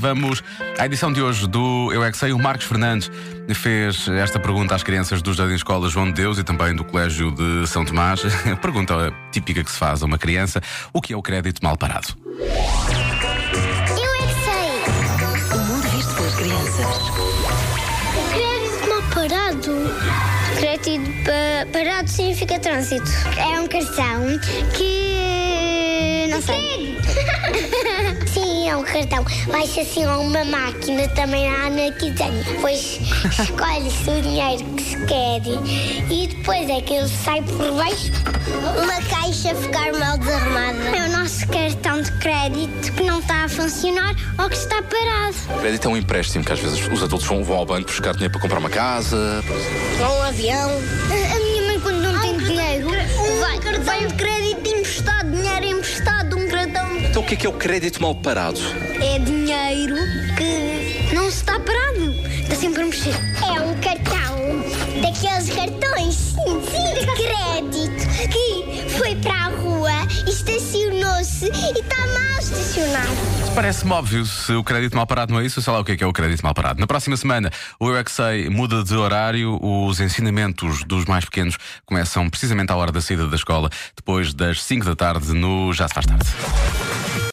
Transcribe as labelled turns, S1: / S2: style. S1: Vamos à edição de hoje do Eu é que Sei. O Marcos Fernandes fez esta pergunta às crianças do Jardim Escola João de Deus e também do Colégio de São Tomás. Pergunta típica que se faz a uma criança: o que é o crédito mal parado?
S2: Eu é que sei!
S3: O mundo visto pelas crianças.
S2: Crédito mal parado. Crédito pa- parado significa trânsito. É um cartão que. não sei. Sim, é um cartão. Vai-se assim a uma máquina também lá na quinzena. Depois escolhe-se o dinheiro que se quer e depois é que ele sai por baixo. Uma caixa ficar mal desarmada. É o nosso cartão de crédito que não está a funcionar ou que está parado.
S4: Crédito é um empréstimo que às vezes os adultos vão, vão ao banco buscar dinheiro para comprar uma casa.
S2: Ou um avião. A minha mãe, quando não tem dinheiro, vai, vai um crédito emprestado, dinheiro emprestado, um cartão.
S4: Então o que é que é o crédito mal parado?
S2: É dinheiro que não se está parado, está sempre a mexer. É um cartão daqueles cartões sim, sim, de crédito que foi para a rua, estacionou-se e está mal estacionado.
S1: Parece-me óbvio se o crédito mal parado não é isso, sei lá o que é que é o crédito mal parado. Na próxima semana, o Eu é que Sei muda de horário, os ensinamentos dos mais pequenos começam precisamente à hora da saída da escola, depois das 5 da tarde no Já se faz tarde.